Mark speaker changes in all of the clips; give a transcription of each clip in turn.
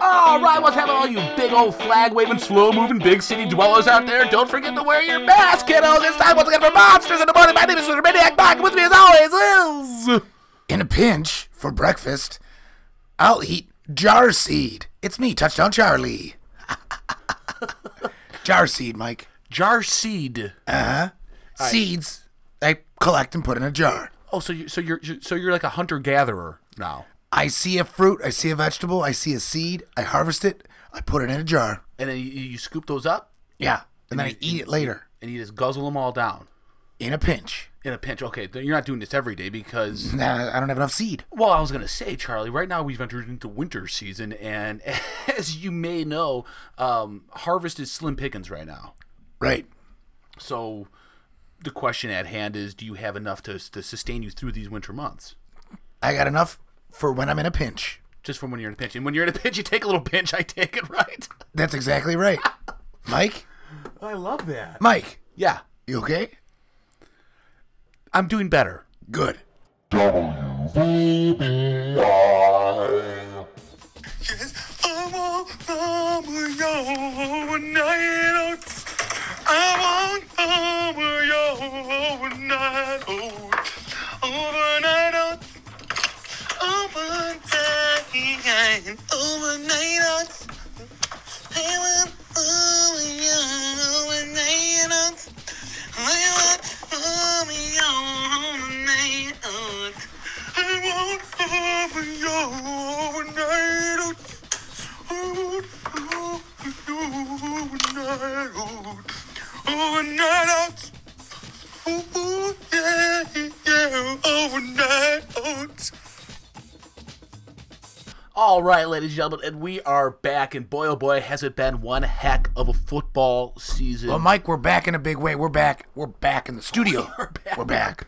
Speaker 1: All right, what's happening, all you big old flag waving, slow moving, big city dwellers out there? Don't forget to wear your mask, kiddos. It's time once again for Monsters in the Morning. My name is Mr. Maniac Mike. With me, as always, is.
Speaker 2: In a pinch, for breakfast, I'll eat jar seed. It's me, Touchdown Charlie. jar seed, Mike.
Speaker 1: Jar seed.
Speaker 2: Seeds I collect and put in a jar.
Speaker 1: Oh, so you, so you're so you're like a hunter gatherer now,
Speaker 2: I see a fruit, I see a vegetable, I see a seed, I harvest it, I put it in a jar.
Speaker 1: and then you, you scoop those up
Speaker 2: Yeah. And then I eat it later
Speaker 1: and you just guzzle them all down
Speaker 2: in a pinch.
Speaker 1: in a pinch. Okay, you're not doing this every day because.
Speaker 2: Nah, I don't have enough seed.
Speaker 1: Well, I was going to say, Charlie, right now we've entered into winter season, and as you may know, um, harvest is slim pickings right now.
Speaker 2: Right.
Speaker 1: So the question at hand is do you have enough to, to sustain you through these winter months?
Speaker 2: I got enough for when I'm in a pinch.
Speaker 1: Just from when you're in a pinch. And when you're in a pinch, you take a little pinch, I take it, right?
Speaker 2: That's exactly right. Mike?
Speaker 1: I love that.
Speaker 2: Mike,
Speaker 1: Yeah.
Speaker 2: you okay?
Speaker 1: I'm doing better.
Speaker 2: Good.
Speaker 3: WBI.
Speaker 4: I want summer, yo, night oats. I want summer, yo, night
Speaker 5: oh.
Speaker 4: oats. Overnight oats. Overnight, overnight
Speaker 5: oh.
Speaker 4: oats. I want summer, yo, overnight
Speaker 5: oh.
Speaker 4: oats. I want summer, yo, overnight
Speaker 5: oh.
Speaker 4: oats. I want summer, yo, overnight
Speaker 5: oh.
Speaker 4: oats. Overnight out. Ooh, yeah, yeah. Overnight out.
Speaker 1: All right, ladies and gentlemen, and we are back, and boy, oh boy, has it been one heck of a football season.
Speaker 2: Well, Mike, we're back in a big way. We're back. We're back in the studio. we're
Speaker 1: back.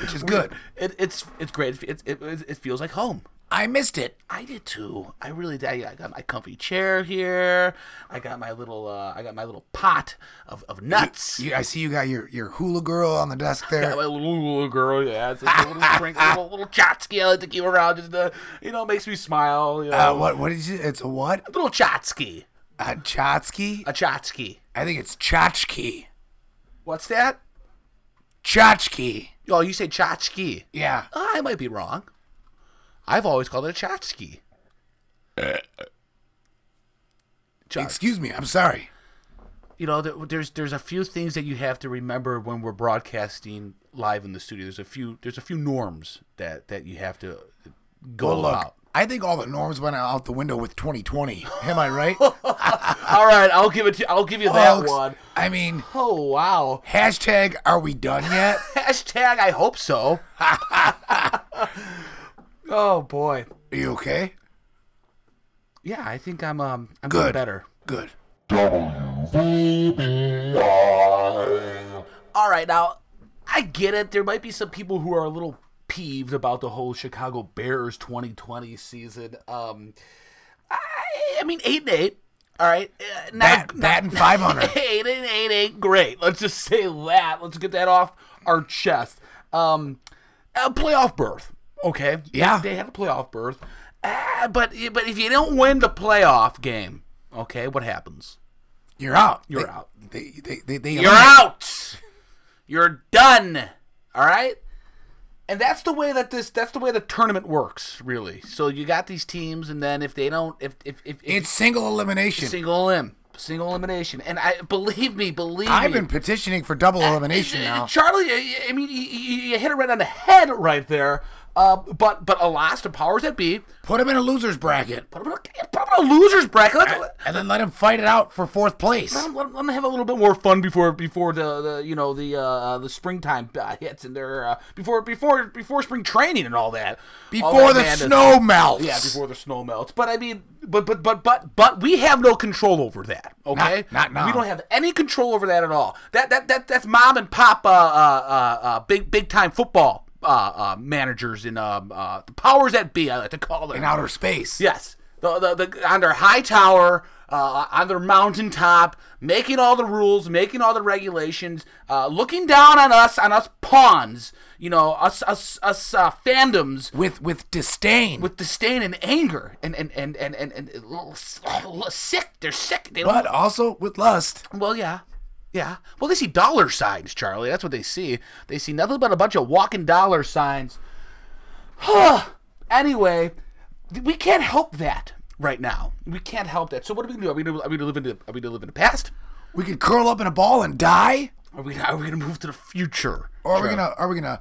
Speaker 2: Which is good.
Speaker 1: It, it's it's great. It, it, it, it feels like home.
Speaker 2: I missed it.
Speaker 1: I did too. I really did. I I got my comfy chair here. I got my little uh, I got my little pot of, of nuts.
Speaker 2: You, I see you got your, your hula girl on the desk
Speaker 1: Yeah,
Speaker 2: there.
Speaker 1: my little, little girl, yeah, it's like a little drink, little, little chotsky I like to keep around, just to, you know, makes me smile. You know.
Speaker 2: Uh, what what did you? It's a what?
Speaker 1: little chotsky,
Speaker 2: A chotsky?
Speaker 1: a chotsky.
Speaker 2: I think it's tchotchke.
Speaker 1: What's that?
Speaker 2: Tchotchke.
Speaker 1: Oh, you say chotsky.
Speaker 2: Yeah.
Speaker 1: Uh, I might be wrong. I've always called it a chotsky. Chot-
Speaker 2: Excuse me. I'm sorry.
Speaker 1: you know, there, there's there's a few things that you have to remember when we're broadcasting live in the studio. There's a few there's a few norms that that you have to go
Speaker 2: Well, look.
Speaker 1: about.
Speaker 2: I think all the norms went out the window with 2020. Am I right?
Speaker 1: All right, I'll give it to I'll give you that
Speaker 2: Folks,
Speaker 1: one.
Speaker 2: I mean,
Speaker 1: Oh wow.
Speaker 2: hashtag. Are we done yet?
Speaker 1: Hashtag I hope so. oh boy.
Speaker 2: Are you okay?
Speaker 1: Yeah, I think I'm um I'm doing
Speaker 2: Good.
Speaker 1: better.
Speaker 2: Good.
Speaker 3: WBI.
Speaker 1: All right, now I get it. There might be some people who are a little peeved about the whole Chicago Bears 2020 season. Um, I, I mean, eight and eight. All right, uh,
Speaker 2: Bat,
Speaker 1: not-
Speaker 2: batting 500.
Speaker 1: eight and eight ain't great. Let's just say that. Let's get that off our chest. Um, a playoff berth. Okay.
Speaker 2: Yeah.
Speaker 1: They have a playoff berth. Ah, but but if you don't win the playoff game, okay, what happens?
Speaker 2: You're out.
Speaker 1: You're
Speaker 2: They-
Speaker 1: out.
Speaker 2: They they they, they
Speaker 1: You're out. You're done. All right? And that's the way that this that's the way the tournament works, really. So you got these teams and then if they don't if if if, if
Speaker 2: It's single elimination.
Speaker 1: single elim, single elimination. And I believe me, believe
Speaker 2: I've
Speaker 1: me.
Speaker 2: been petitioning for double
Speaker 1: Uh,
Speaker 2: elimination now.
Speaker 1: Charlie, I I mean, you, you you hit it right on the head right there. Uh, but but alas, the powers that be
Speaker 2: Put him in a loser's bracket,
Speaker 1: put him in a, put him in a losers bracket. Let, let,
Speaker 2: and then let him fight it out for fourth place.
Speaker 1: let, let them have a little bit more fun before before the, the you know the uh, the springtime uh, hits and their uh, before before before spring training and all that All that
Speaker 2: Before the
Speaker 1: madness.
Speaker 2: snow melts.
Speaker 1: Yeah, before the snow melts. But I mean, but but but but but we have no control over that. Okay,
Speaker 2: not now.
Speaker 1: We don't have any control over that at all. That that that that's mom and pop, uh, uh, uh, uh big big time football uh, uh managers and um uh the powers that be. I like to call them
Speaker 2: in outer space.
Speaker 1: Yes, the, the, the on their high tower, uh, on their mountaintop, making all the rules, making all the regulations, uh, looking down on us, on us pawns, you know, us us us uh, fandoms
Speaker 2: with with disdain.
Speaker 1: with disdain and anger and and and and and, and, and sick. They're sick. They
Speaker 2: but also with lust.
Speaker 1: well, yeah. Yeah. Well, they see dollar signs, Charlie. That's what they see. They see nothing but a bunch of walking dollar signs. anyway, th- we can't help that right now. We can't help that. So what are we gonna do? Are we gonna, are we gonna live in the are we gonna live in the past?
Speaker 2: We could curl up in a ball and die,
Speaker 1: Are we are we gonna move to the future?
Speaker 2: or are we
Speaker 1: Charlie?
Speaker 2: gonna are we gonna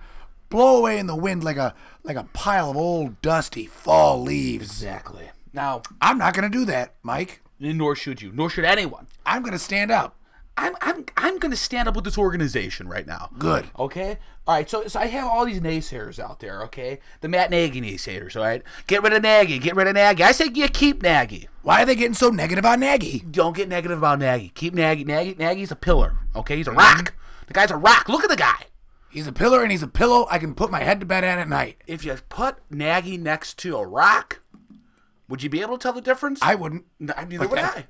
Speaker 2: blow away in the wind like a like a pile of old dusty fall leaves?
Speaker 1: exactly now?
Speaker 2: I'm not gonna do that, Mike.
Speaker 1: Nor should you. Nor should anyone.
Speaker 2: I'm gonna stand up.
Speaker 1: I'm I'm I'm gonna stand up with this organization right now.
Speaker 2: Good.
Speaker 1: Okay. All right. So, so I have all these naysayers out there. Okay. The Matt Nagy naysayers. All right. Get rid of Nagy. Get rid of Nagy. I say yeah, keep Nagy.
Speaker 2: Why are they getting so negative on Nagy?
Speaker 1: Don't get negative about Nagy. Keep Nagy. Nagy. Nagy's a pillar. Okay.
Speaker 2: Mm-hmm.
Speaker 1: He's a rock. The guy's a rock. Look at the guy.
Speaker 2: He's a pillar and he's a pillow I can put my head to bed at at night.
Speaker 1: If you put Nagy next to a rock, would you be able to tell the difference?
Speaker 2: I wouldn't,
Speaker 1: No, neither would
Speaker 2: Okay.
Speaker 1: I.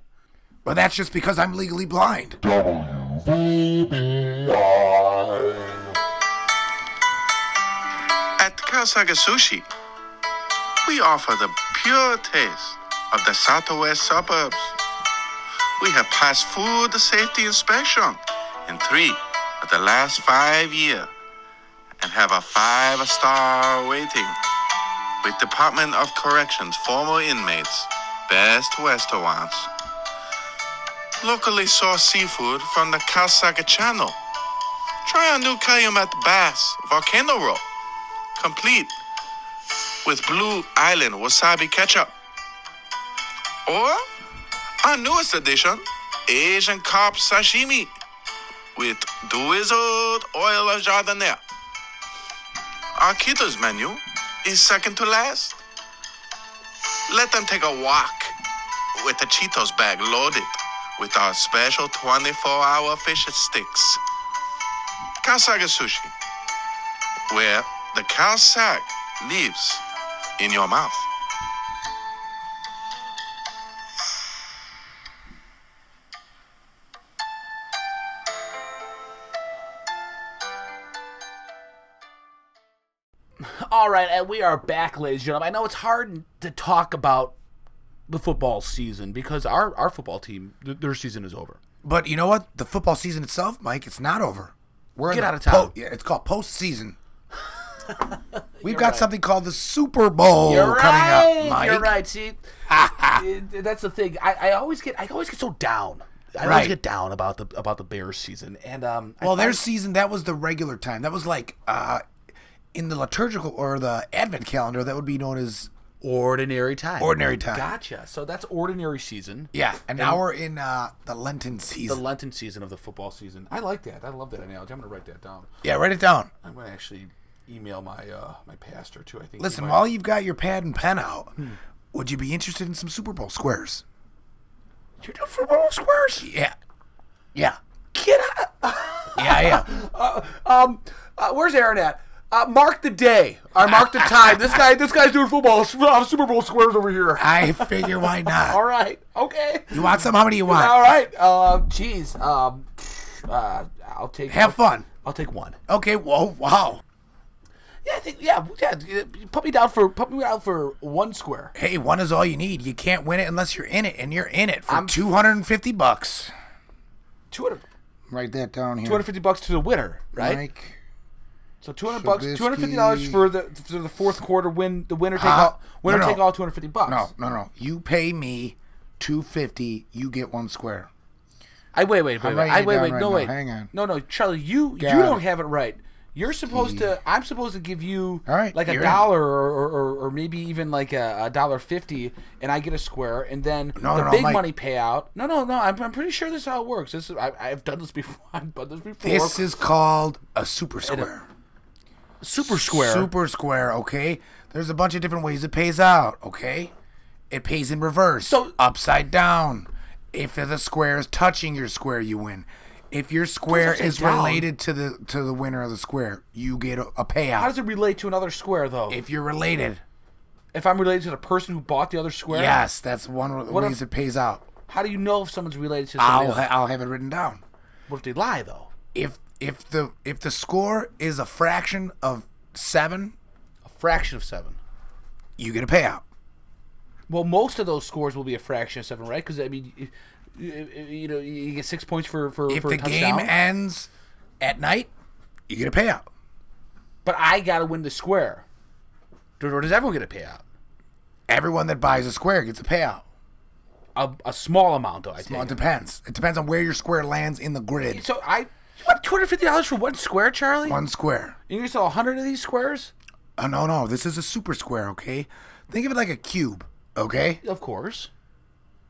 Speaker 2: but that's just because I'm legally blind.
Speaker 3: WBI.
Speaker 5: At Kawasaga Sushi, we offer the pure taste of the southwest suburbs. We have passed food safety inspection in three of the last five years and have a five-star rating with Department of Corrections former inmates, best restaurants. Locally sourced seafood from the Kawasaga Channel. Try our new Calumet Bass Volcano Roll complete with Blue Island wasabi ketchup. Or our newest addition, Asian carp sashimi with drizzled oil of jardiniere. Our keto's menu is second to last. Let them take a walk with the Cheetos bag loaded with our special 24-hour fish sticks. Kasaga Sushi where the cow sack lives in your mouth.
Speaker 1: All right, and we are back, ladies and gentlemen. I know it's hard to talk about the football season because our, our football team, th- their season is over.
Speaker 2: But you know what? The football season itself, Mike, it's not over. We're in
Speaker 1: Get
Speaker 2: the
Speaker 1: out of town.
Speaker 2: po- yeah, it's called postseason. We've got something called the Super Bowl
Speaker 1: You're
Speaker 2: coming
Speaker 1: right.
Speaker 2: up, Mike.
Speaker 1: You're right. See, It- that's the thing. I, I always get I always get so down. I always
Speaker 2: Right.
Speaker 1: get down about the about the Bears season. And um, I
Speaker 2: Well, their
Speaker 1: find-
Speaker 2: season that was the regular time. That was like uh, in the liturgical or the Advent calendar. That would be known as
Speaker 1: ordinary time.
Speaker 2: ordinary time.
Speaker 1: Gotcha. So that's ordinary season.
Speaker 2: Yeah, and now we're in uh, the Lenten season.
Speaker 1: The Lenten season of the football season. I like that. I love that analogy. I'm gonna write that down.
Speaker 2: yeah, write it down.
Speaker 1: I'm gonna actually email my uh, my pastor too. I think. he
Speaker 2: Listen,
Speaker 1: might-
Speaker 2: while you've got your pad and pen out, would you be interested in some Super Bowl squares?
Speaker 1: you're doing football squares.
Speaker 2: Yeah, yeah,
Speaker 1: Get out.
Speaker 2: yeah, yeah.
Speaker 1: Um, uh, where's Aaron at? Uh, mark the day. I mark the time. this guy, this guy's doing football uh, Super Bowl squares over here.
Speaker 2: I figure why
Speaker 1: All
Speaker 2: not?
Speaker 1: right. Okay.
Speaker 2: You want some? How many you want?
Speaker 1: All right. Uh, jeez. Um, uh, I'll take.
Speaker 2: Have fun.
Speaker 1: I'll take one.
Speaker 2: Okay. Whoa. Wow.
Speaker 1: Yeah, I think. Yeah, yeah. Put me down for. Put me down for one square.
Speaker 2: Hey, one is all you need. You can't win it unless you're in it, and you're in it for
Speaker 1: I'm-
Speaker 2: 250 bucks.
Speaker 1: 200,
Speaker 2: Write that down here.
Speaker 1: 250 bucks to the winner, right?
Speaker 2: Mike.
Speaker 1: so 200 bucks,
Speaker 2: Trubisky.
Speaker 1: 250 dollars for the for the fourth quarter win. The winner take
Speaker 2: Huh?
Speaker 1: all. Winner
Speaker 2: No, no.
Speaker 1: take all 250 bucks.
Speaker 2: No, no, no. You pay me 250. You get one square.
Speaker 1: I wait, wait, wait,
Speaker 2: I'm
Speaker 1: wait,
Speaker 2: writing
Speaker 1: I
Speaker 2: it
Speaker 1: wait,
Speaker 2: down
Speaker 1: wait,
Speaker 2: right
Speaker 1: no,
Speaker 2: now.
Speaker 1: wait,
Speaker 2: Hang on.
Speaker 1: no, no, Charlie, you
Speaker 2: Got
Speaker 1: you don't
Speaker 2: it.
Speaker 1: have it right. You're supposed to. I'm supposed to give you
Speaker 2: All right,
Speaker 1: like a
Speaker 2: you're in.
Speaker 1: dollar or, or, or, or maybe even like a, a dollar fifty, and I get a square, and then
Speaker 2: No,
Speaker 1: the
Speaker 2: no, no,
Speaker 1: big
Speaker 2: Mike.
Speaker 1: money payout. No, no, no. I'm, I'm pretty sure this is how it works. This is, I, I've done this before. I've done this before.
Speaker 2: This is called a super square.
Speaker 1: super square.
Speaker 2: Super square, okay? There's a bunch of different ways it pays out, okay? It pays in reverse,
Speaker 1: So-
Speaker 2: upside down. If the square is touching your square, you win. If your square
Speaker 1: upside
Speaker 2: is
Speaker 1: down.
Speaker 2: related to the to the winner of the square, you get a, a payout.
Speaker 1: How does it relate to another square though?
Speaker 2: if you're related,
Speaker 1: if I'm related to the person who bought the other square?
Speaker 2: Yes, that's one of the
Speaker 1: What
Speaker 2: ways
Speaker 1: if-
Speaker 2: it pays out.
Speaker 1: How do you know if someone's related to somebody
Speaker 2: I'll
Speaker 1: else?
Speaker 2: ha- I'll have it written down.
Speaker 1: What if they lie though?
Speaker 2: If if the if the score is a fraction of seven,
Speaker 1: A fraction of seven.
Speaker 2: you get a payout.
Speaker 1: Well, most of those scores will be a fraction of seven, right? Because I mean, y- y- y- you know, you get six points for for,
Speaker 2: If
Speaker 1: for
Speaker 2: the
Speaker 1: a touchdown.
Speaker 2: game ends at night, you get a payout.
Speaker 1: but I gotta win the square. Or or does everyone get a payout?
Speaker 2: Everyone that buys a square gets a payout.
Speaker 1: A, a small amount, though. I
Speaker 2: Well, it
Speaker 1: think.
Speaker 2: depends. It depends on where your square lands in the grid.
Speaker 1: So I what two hundred fifty dollars for one square, Charlie?
Speaker 2: One square.
Speaker 1: You can sell hundred of these squares,
Speaker 2: Oh no no, this is a super square, okay? Think of it like a cube, okay?
Speaker 1: of course.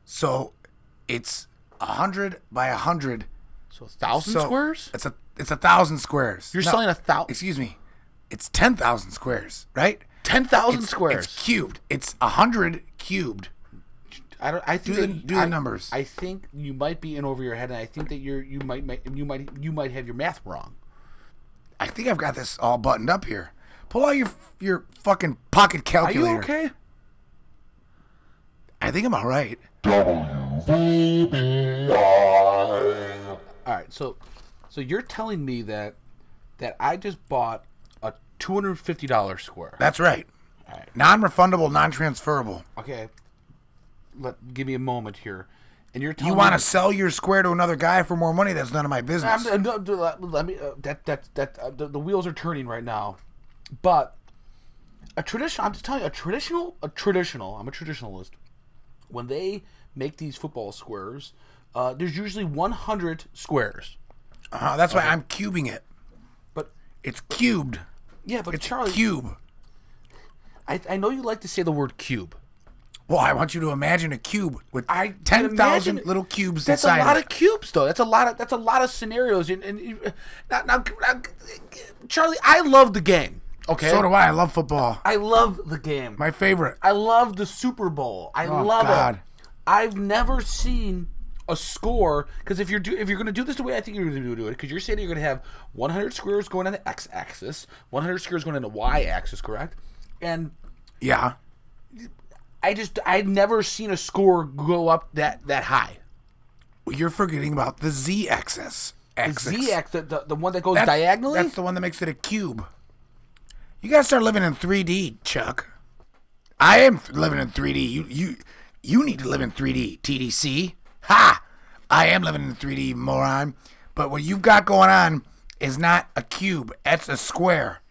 Speaker 2: So it's a hundred by a hundred.
Speaker 1: So a thousand
Speaker 2: So
Speaker 1: squares.
Speaker 2: It's a it's a thousand squares.
Speaker 1: You're
Speaker 2: No,
Speaker 1: selling a thousand,
Speaker 2: excuse me. It's ten thousand squares, right?
Speaker 1: ten thousand
Speaker 2: It's-
Speaker 1: squares.
Speaker 2: It's cubed. It's a hundred cubed.
Speaker 1: I don't. I think
Speaker 2: the-
Speaker 1: that-
Speaker 2: do the
Speaker 1: I-
Speaker 2: numbers.
Speaker 1: I think you might be in over your head, and I think that you're you might ma- you might you might have your math wrong.
Speaker 2: I think I've got this all buttoned up here. Pull out your your fucking pocket
Speaker 1: Are you
Speaker 2: calculator.
Speaker 1: okay?
Speaker 2: I think I'm all right.
Speaker 3: WBI.
Speaker 1: All right, so so you're telling me that that I just bought a two hundred fifty dollars square.
Speaker 2: That's right. Non-refundable, non-transferable.
Speaker 1: Okay, let give me a moment here, and you're telling
Speaker 2: You
Speaker 1: me
Speaker 2: want to sell your square to another guy for more money? That's none of my
Speaker 1: I'm,
Speaker 2: business.
Speaker 1: I'm- I'm- let, let me. Uh, that that that uh, the, the wheels are turning right now, but a traditional. I'm just telling you, a traditional, a traditional. I'm a traditionalist. When they make these football squares, uh, there's usually 100 squares.
Speaker 2: Uh, that's why I'm cubing it.
Speaker 1: But
Speaker 2: It's cubed.
Speaker 1: yeah, but
Speaker 2: It's
Speaker 1: Charlie,
Speaker 2: cube.
Speaker 1: I, I know you like to say the word cube.
Speaker 2: Well, I want you to imagine a cube with
Speaker 1: I
Speaker 2: ten thousand
Speaker 1: imagine-
Speaker 2: little cubes
Speaker 1: That's
Speaker 2: inside.
Speaker 1: a lot
Speaker 2: of
Speaker 1: of
Speaker 2: it.
Speaker 1: cubes, though. That's a lot of that's a lot of scenarios. And, and you- now, now, now, Charlie, I love the game. Okay,
Speaker 2: So do I. I love football.
Speaker 1: I love the game.
Speaker 2: My favorite.
Speaker 1: I love the Super Bowl. I
Speaker 2: Oh,
Speaker 1: love
Speaker 2: God.
Speaker 1: it. I've never seen a score because if you're do, if you're going to do this the way I think you're going to do it, because you're saying you're going to have 100 squares going on the x-axis, 100 squares going on the y-axis, correct? And
Speaker 2: Yeah.
Speaker 1: I just I've never seen a score go up that that high.
Speaker 2: Well, you're forgetting about the z axis.
Speaker 1: Z-axis, the, the, the one that goes diagonally.
Speaker 2: That's the one that makes it a cube. You gotta start living in 3D, Chuck. I am th- living in 3D. You you you need to live in 3D, TDC. Ha! I am living in 3D, moron. But what you've got going on is not a cube. That's a square.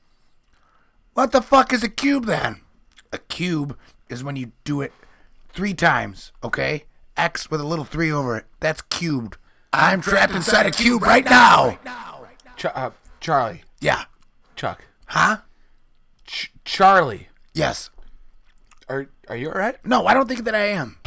Speaker 2: What the fuck is a cube then? A cube is when you do it three times, okay? X with a little three over it. That's cubed. I'm trapped inside a cube right now.
Speaker 1: Ch- uh, Charlie,
Speaker 2: Yeah.
Speaker 1: Chuck,
Speaker 2: Huh?
Speaker 1: Ch- Charlie,
Speaker 2: Yes.
Speaker 1: are are you all right?
Speaker 2: No, I don't think that I am.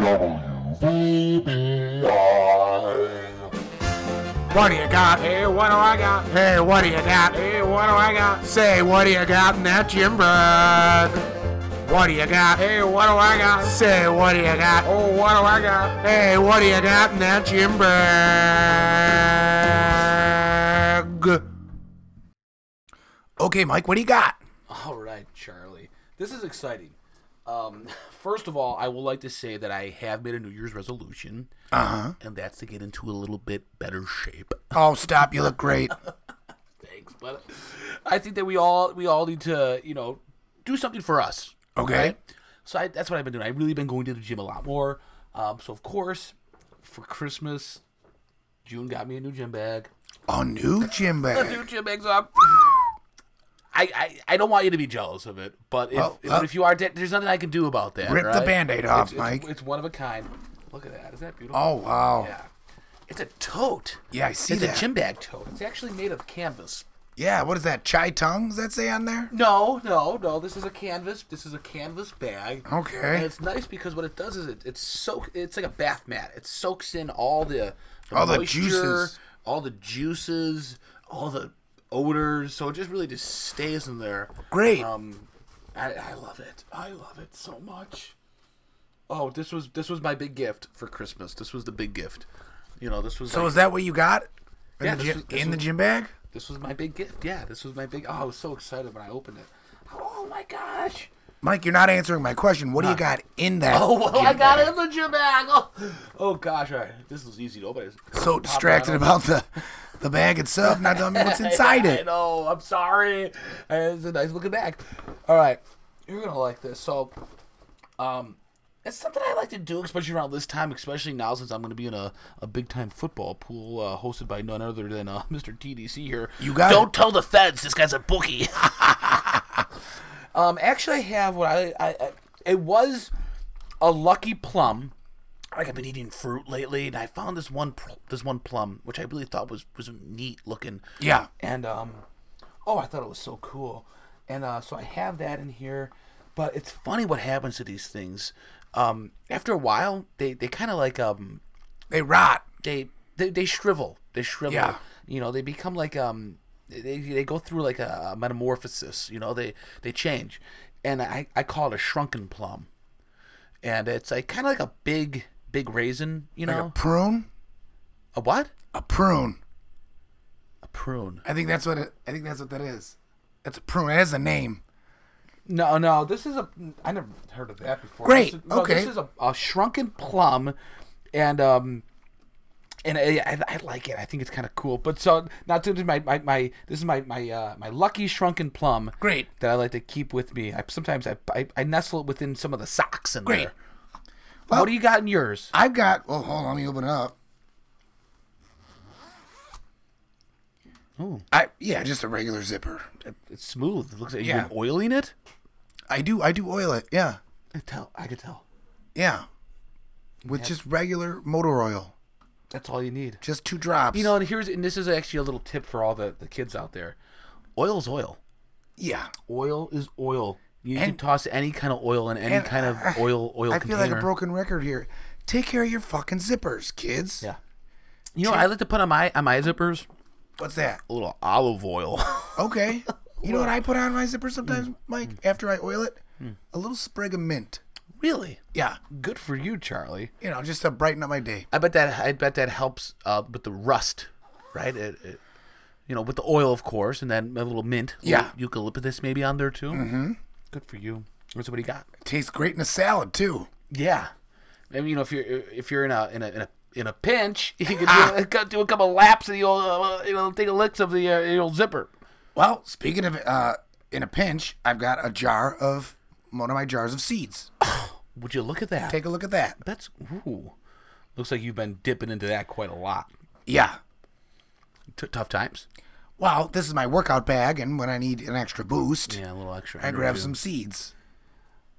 Speaker 3: WBI.
Speaker 2: What do you got? Hey, what do I got? Hey, what do you got? Hey, what do I got? Say, what do you got in that Jim Brug? What do you got? Hey, what do I got? Say, what do you got? Oh, what do I got? Hey, what do you got in that Jim Brug? Okay, Mike, what do you got?
Speaker 1: All right, Charlie. This is exciting. Um, first of all, I would like to say that I have made a New Year's resolution,
Speaker 2: Uh huh.
Speaker 1: and that's to get into a little bit better shape.
Speaker 2: Oh, stop. You look great.
Speaker 1: Thanks, but I think that we all we all need to you know do something for us.
Speaker 2: Okay.
Speaker 1: So I, that's what I've been doing. I've really been going to the gym a lot more. Um, so of course, for Christmas, June got me a new gym bag.
Speaker 2: Oh, new Jim
Speaker 1: New
Speaker 2: bag.
Speaker 1: gym bags up. I, I, I don't want you to be jealous of it, but if,
Speaker 2: Well,
Speaker 1: if-
Speaker 2: uh,
Speaker 1: if you are, de- there's nothing I can do about that.
Speaker 2: Rip the
Speaker 1: right?
Speaker 2: Band-Aid off,
Speaker 1: it's,
Speaker 2: Mike.
Speaker 1: It's, it's one of a kind. Look at that. Is that beautiful?
Speaker 2: Oh, wow.
Speaker 1: Yeah. It's a tote.
Speaker 2: Yeah, I see
Speaker 1: it's
Speaker 2: that.
Speaker 1: a gym bag tote. It's actually made of canvas.
Speaker 2: Yeah, what is that? Chai tongue? Does that say on there?
Speaker 1: No, no, no. This is a canvas. This is a canvas bag.
Speaker 2: Okay.
Speaker 1: And it's nice because what it does is it, it's soak. It's like a bath mat. It soaks in all the,
Speaker 2: All the juices.
Speaker 1: all the juices, all the odors. So it just really just stays in there.
Speaker 2: Great.
Speaker 1: Um, I, I love it. I love it so much. Oh, this was this was my big gift for Christmas. This was the big gift. You know, this was
Speaker 2: so
Speaker 1: like-
Speaker 2: is that what you got? In,
Speaker 1: Yeah,
Speaker 2: the,
Speaker 1: this
Speaker 2: gym,
Speaker 1: was- this
Speaker 2: in the
Speaker 1: was-
Speaker 2: gym bag?
Speaker 1: this was my big gift. Yeah, this was my big. Oh, I was so excited when I opened it. Oh my gosh!
Speaker 2: Mike, you're not answering my question. What do you got in that?
Speaker 1: Oh, well, I
Speaker 2: gym
Speaker 1: got
Speaker 2: bag?
Speaker 1: it in the gym bag. Oh, oh gosh, all right. This was easy to open.
Speaker 2: So distracted about the the bag itself, not telling me what's inside
Speaker 1: I
Speaker 2: it.
Speaker 1: know. I'm sorry. Uh, It's a nice looking bag. All right, you're gonna like this. So, um, it's something I like to do, especially around this time, especially now since I'm gonna be in a, a big time football pool uh, hosted by none other than uh, Mr. TDC here.
Speaker 2: You got
Speaker 1: Don't
Speaker 2: it.
Speaker 1: tell the feds. This guy's a bookie. um, actually, I have what I, I, I it was a lucky plum like I've been eating fruit lately, and I found this one pl- this one plum, which I really thought was was neat looking.
Speaker 2: Yeah.
Speaker 1: And um, oh, I thought it was so cool, and uh, so I have that in here. But it's funny what happens to these things. Um, after a while, they they kind of like um
Speaker 2: They rot.
Speaker 1: they they, they shrivel. They shrivel.
Speaker 2: Yeah.
Speaker 1: You know, they become like um they, they go through like a, a metamorphosis, you know, they they change. And I, I call it a shrunken plum. And it's like kind of like a big big raisin, you
Speaker 2: Like
Speaker 1: know.
Speaker 2: a prune.
Speaker 1: a, what?
Speaker 2: A prune.
Speaker 1: A prune.
Speaker 2: I think that's what it, I think that's what that is. That's a prune. It has a name.
Speaker 1: No, no, this is a I never heard of that before.
Speaker 2: Great,
Speaker 1: This is- no,
Speaker 2: okay.
Speaker 1: This is a, a shrunken plum and um and I, I, I like it. I think it's kind of cool. But so not to my, my, my this is my my uh, my lucky shrunken plum.
Speaker 2: Great.
Speaker 1: That I like to keep with me. I sometimes I I, I nestle it within some of the socks in
Speaker 2: Great.
Speaker 1: there. what do you got in yours?
Speaker 2: I've got. Oh, hold on. Let me open it up. I yeah, just a regular zipper.
Speaker 1: It's smooth. It looks like
Speaker 2: Yeah.
Speaker 1: you've been oiling it.
Speaker 2: I do. I do oil it. Yeah.
Speaker 1: I could tell. I could tell.
Speaker 2: Yeah. With just regular motor oil.
Speaker 1: That's all you need.
Speaker 2: Just two drops.
Speaker 1: You know, and here's and this is actually a little tip for all the the kids out there. Oil is oil.
Speaker 2: Yeah.
Speaker 1: oil is oil. You can
Speaker 2: And-
Speaker 1: toss any kind of oil in any
Speaker 2: and
Speaker 1: kind of
Speaker 2: I-
Speaker 1: oil oil
Speaker 2: I
Speaker 1: container.
Speaker 2: feel like a broken record here. Take care of your fucking zippers, kids.
Speaker 1: yeah. You know, what I like to put on my on my zippers
Speaker 2: What's that?
Speaker 1: a little olive oil.
Speaker 2: Okay. You know what I put on my zipper sometimes,
Speaker 1: Mm.
Speaker 2: Mike? After I oil it, a little sprig of mint.
Speaker 1: really?
Speaker 2: Yeah.
Speaker 1: Good for you, Charlie.
Speaker 2: You know, just to brighten up my day.
Speaker 1: I bet that I bet that helps uh, with the rust, right? It, it, you know, with the oil, of course, and then a little mint. a
Speaker 2: Yeah.
Speaker 1: little eucalyptus maybe on there too. Mm-hmm. Good for you. What's what he got?
Speaker 2: Tastes great in a salad too.
Speaker 1: Yeah, I mean, you know, if you're if you're in a in a in a, in a pinch, you can do, a, do a couple laps of the old, uh, you know, take a licks of the, uh, the old zipper.
Speaker 2: Well, speaking of uh, in a pinch, I've got a jar of one of my jars of seeds.
Speaker 1: Would you look at that?
Speaker 2: Take a look at that.
Speaker 1: That's ooh. Looks like you've been dipping into that quite a lot.
Speaker 2: Yeah.
Speaker 1: T- tough times.
Speaker 2: Well, this is my workout bag, and when I need an extra boost,
Speaker 1: Yeah, a little extra.
Speaker 2: I grab some seeds.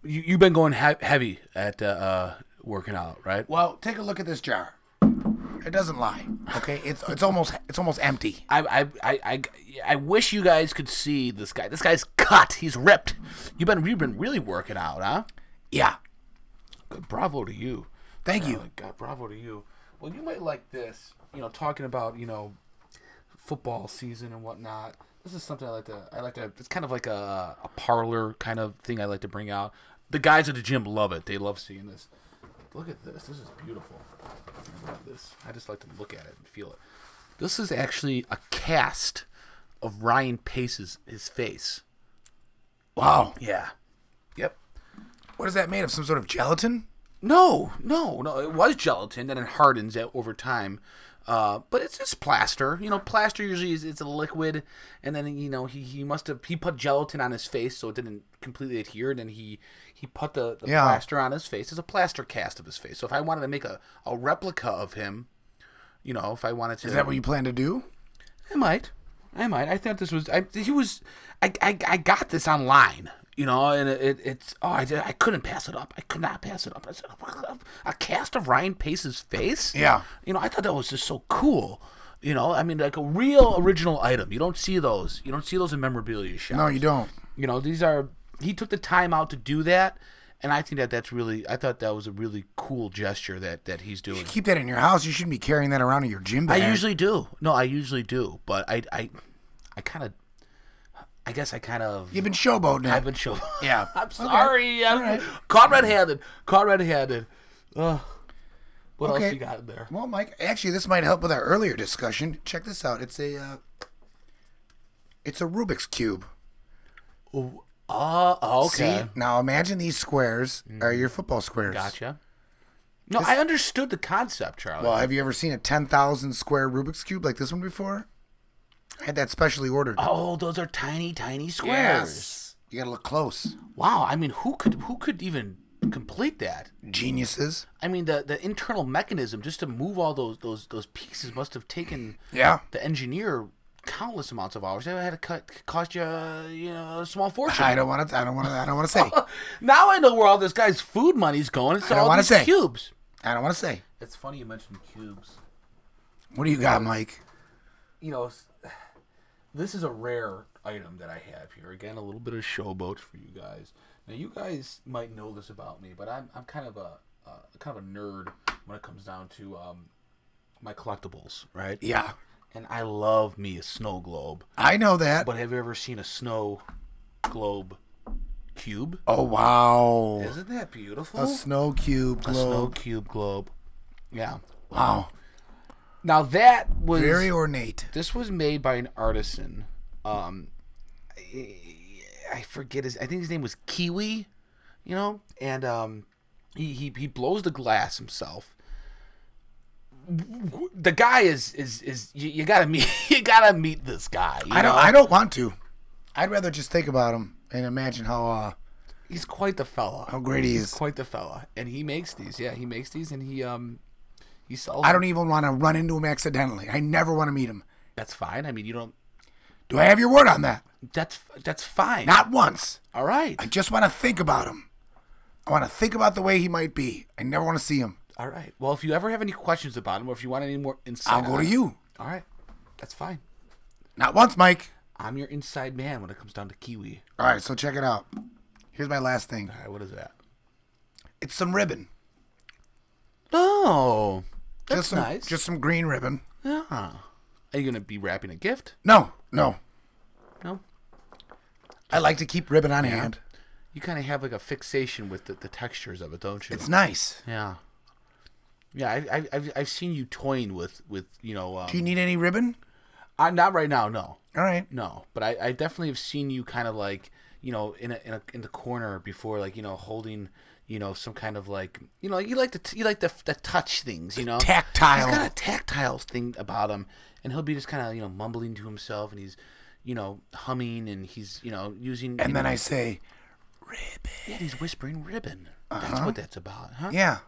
Speaker 1: You, you've been going he- heavy at uh, uh, working out, right? Well,
Speaker 2: Well, take a look at this jar. It doesn't lie. Okay, it's it's almost it's almost empty.
Speaker 1: I, I, I, I, I wish you guys could see this guy. This guy's cut. He's ripped. You've been you've been really working out, huh?
Speaker 2: Yeah.
Speaker 1: Good, bravo to you.
Speaker 2: Thank you.
Speaker 1: Oh, God, bravo to you. Well, you might like this. You know, talking about you know, football season and whatnot. This is something I like to. I like to. It's kind of like a a parlor kind of thing I like to bring out. The guys at the gym love it. They love seeing this. Look at this. This is beautiful. I love this. I just like to look at it and feel it. This is actually a cast of Ryan Pace's his face.
Speaker 2: Wow.
Speaker 1: Yeah. Yep.
Speaker 2: What is that made of? Some sort of gelatin?
Speaker 1: No, no, no. It was gelatin, then it hardens it over time. Uh, but it's just plaster. You know, plaster usually is it's a liquid, and then you know he, he must have he put gelatin on his face so it didn't completely adhere. And then he he put the, the
Speaker 2: Yeah.
Speaker 1: plaster on his face. It's a plaster cast of his face. So if I wanted to make a, a replica of him, you know, if I wanted to,
Speaker 2: Is that what you plan to do?
Speaker 1: I might. I might. I thought this was. I he was. I I, I got this online. You know, and it, it, it's oh I did, I couldn't pass it up. I could not pass it up. I said a cast of Ryan Pace's face.
Speaker 2: Yeah.
Speaker 1: You know, I thought that was just so cool. You know, I mean, like a real original item. You don't see those. You don't see those in memorabilia shops.
Speaker 2: No, you don't.
Speaker 1: You know, these are he took the time out to do that, and I think that that's really. I thought that was a really cool gesture that that he's doing.
Speaker 2: Keep that in your house. You shouldn't be carrying that around in your gym bag.
Speaker 1: I usually do. No, I usually do, but I I I kind of I guess I kind of
Speaker 2: You've been showboating it.
Speaker 1: I've been show.
Speaker 2: Yeah.
Speaker 1: I'm sorry. I'm caught red-handed. Caught red-handed. Ugh. What
Speaker 2: Okay.
Speaker 1: else you got in there?
Speaker 2: Well, Mike, actually, this might help with our earlier discussion. Check this out. It's a, uh, it's a Rubik's cube.
Speaker 1: Oh, Oh, okay.
Speaker 2: See? Now imagine these squares are your football squares.
Speaker 1: Gotcha. No, I understood the concept, Charlie.
Speaker 2: Well, have you ever seen a 10,000 square Rubik's Cube like this one before? I had that specially ordered.
Speaker 1: oh, those are tiny, tiny squares.
Speaker 2: Yes. You gotta look close.
Speaker 1: Wow. I mean, who could who could even complete that?
Speaker 2: Geniuses.
Speaker 1: I mean, the the internal mechanism just to move all those those those pieces must have taken
Speaker 2: Yeah.
Speaker 1: the engineer countless amounts of hours. That had to cut cost you, uh, you know, a small fortune.
Speaker 2: I don't want to. I don't want to. I don't want to say.
Speaker 1: now I know where all this guy's food money's going. It's
Speaker 2: don't
Speaker 1: all
Speaker 2: wanna
Speaker 1: these
Speaker 2: say.
Speaker 1: cubes.
Speaker 2: I don't want to say.
Speaker 1: It's funny you mentioned cubes.
Speaker 2: What do you got,
Speaker 1: Mm.
Speaker 2: Mike?
Speaker 1: you know, s- this is a rare item that I have here. Again, a little bit of showboat for you guys. Now, you guys might know this about me, but I'm, I'm kind of a uh, kind of a nerd when it comes down to um, my collectibles, right?
Speaker 2: Yeah,
Speaker 1: And I love me a snow globe.
Speaker 2: I know that.
Speaker 1: But have you ever seen a snow globe cube?
Speaker 2: oh wow,
Speaker 1: Isn't that beautiful?
Speaker 2: Oh. a snow cube
Speaker 1: A
Speaker 2: globe.
Speaker 1: snow cube globe. Yeah.
Speaker 2: Wow,
Speaker 1: Now that was
Speaker 2: very ornate.
Speaker 1: This was made by an artisan. Um, I, I forget his. I think his name was Kiwi. You know, and um, he he, he blows the glass himself. The guy is is is you, you gotta meet you gotta meet this guy. you
Speaker 2: I don't.
Speaker 1: know?
Speaker 2: I don't want to. I'd rather just think about him and imagine how uh,
Speaker 1: He's quite the fella.
Speaker 2: how great he
Speaker 1: He's
Speaker 2: is.
Speaker 1: quite the fella, and he makes these. Yeah, he makes these, and he um he sells.
Speaker 2: I don't
Speaker 1: them.
Speaker 2: even want to run into him accidentally. I never want to meet him.
Speaker 1: That's fine. I mean, you don't.
Speaker 2: Do I have your word on that?
Speaker 1: That's that's fine.
Speaker 2: Not once.
Speaker 1: All right.
Speaker 2: I just want to think about him. I want to think about the way he might be. I never want to see him.
Speaker 1: All right. Well, if you ever have any questions about him, or if you want any more insight,
Speaker 2: I'll go
Speaker 1: on
Speaker 2: to
Speaker 1: him,
Speaker 2: you.
Speaker 1: All right, that's fine.
Speaker 2: Not once, Mike.
Speaker 1: I'm your inside man when it comes down to kiwi.
Speaker 2: All right, so check it out. Here's my last thing.
Speaker 1: All right, what is that?
Speaker 2: It's some ribbon.
Speaker 1: Oh, that's
Speaker 2: just some,
Speaker 1: nice.
Speaker 2: Just some green ribbon.
Speaker 1: yeah. Are you gonna be wrapping a gift?
Speaker 2: No, no.
Speaker 1: No.
Speaker 2: I like to keep ribbon on hand.
Speaker 1: You kind of have like a fixation with the, the textures of it, don't you?
Speaker 2: It's nice.
Speaker 1: yeah. Yeah, I, I, I've I've seen you toying with with you know. Um,
Speaker 2: Do you need any ribbon?
Speaker 1: I, not right now, no,
Speaker 2: All right.
Speaker 1: no. But I, I definitely have seen you kind of like you know in a, in a, in the corner before, like you know holding you know some kind of like you know you like to t- you like to the touch things, you know.
Speaker 2: Tactile.
Speaker 1: He's got a tactile thing about him, and he'll be just kind of you know mumbling to himself, and he's you know humming, and he's you know using. you
Speaker 2: and then
Speaker 1: know,
Speaker 2: I say,
Speaker 1: yeah, he's whispering ribbon.
Speaker 2: Uh-huh.
Speaker 1: That's what that's about, huh?
Speaker 2: yeah.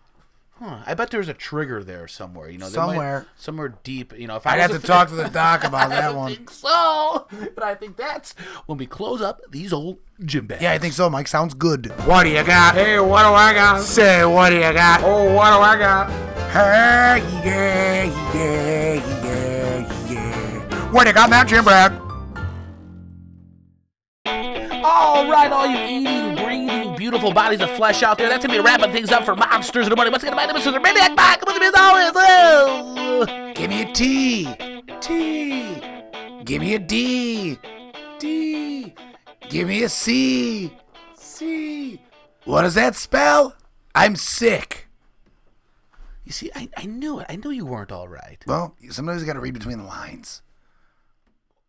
Speaker 1: Huh. I bet there's a trigger there somewhere. You know, there
Speaker 2: Somewhere.
Speaker 1: somewhere deep. You know, if I
Speaker 2: I'd
Speaker 1: was
Speaker 2: have
Speaker 1: a
Speaker 2: to
Speaker 1: fi-
Speaker 2: talk to the doc about
Speaker 1: I
Speaker 2: that
Speaker 1: don't
Speaker 2: one.
Speaker 1: think so, but I think that's when we close up these old gym bags.
Speaker 2: Yeah, I think so, Mike. Sounds good.
Speaker 6: What do you got? Hey, what do I got?
Speaker 2: Say, what do you got?
Speaker 6: Oh, what do I got?
Speaker 2: Hey, yeah, yeah, yeah, yeah. What do you got now, Jim Brad?
Speaker 1: All right, all you eating, breathing, beautiful bodies of flesh out there, that's gonna be wrapping things up for monsters in the morning. Once again, my name is Mr. Maniac Mike. With me as always. uh,
Speaker 2: Give me a T. T. Give me a D. D. Give me a C. C. What does that spell? I'm sick.
Speaker 1: You see, I, I knew it. I knew you weren't all right.
Speaker 2: Well, sometimes you gotta read between the lines.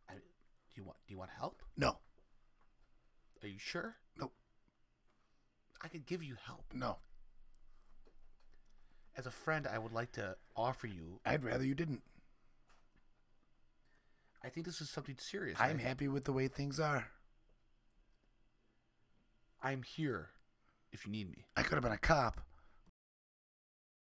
Speaker 1: I, do you want Do you want help?
Speaker 2: No,
Speaker 1: Are you sure?
Speaker 2: Nope.
Speaker 1: I could give you help.
Speaker 2: no.
Speaker 1: As a friend, I would like to offer you.
Speaker 2: I'd rather you didn't.
Speaker 1: I think this is something serious.
Speaker 2: I'm
Speaker 1: I-
Speaker 2: happy with the way things are.
Speaker 1: I'm here. If you need me.
Speaker 2: I could have been a cop.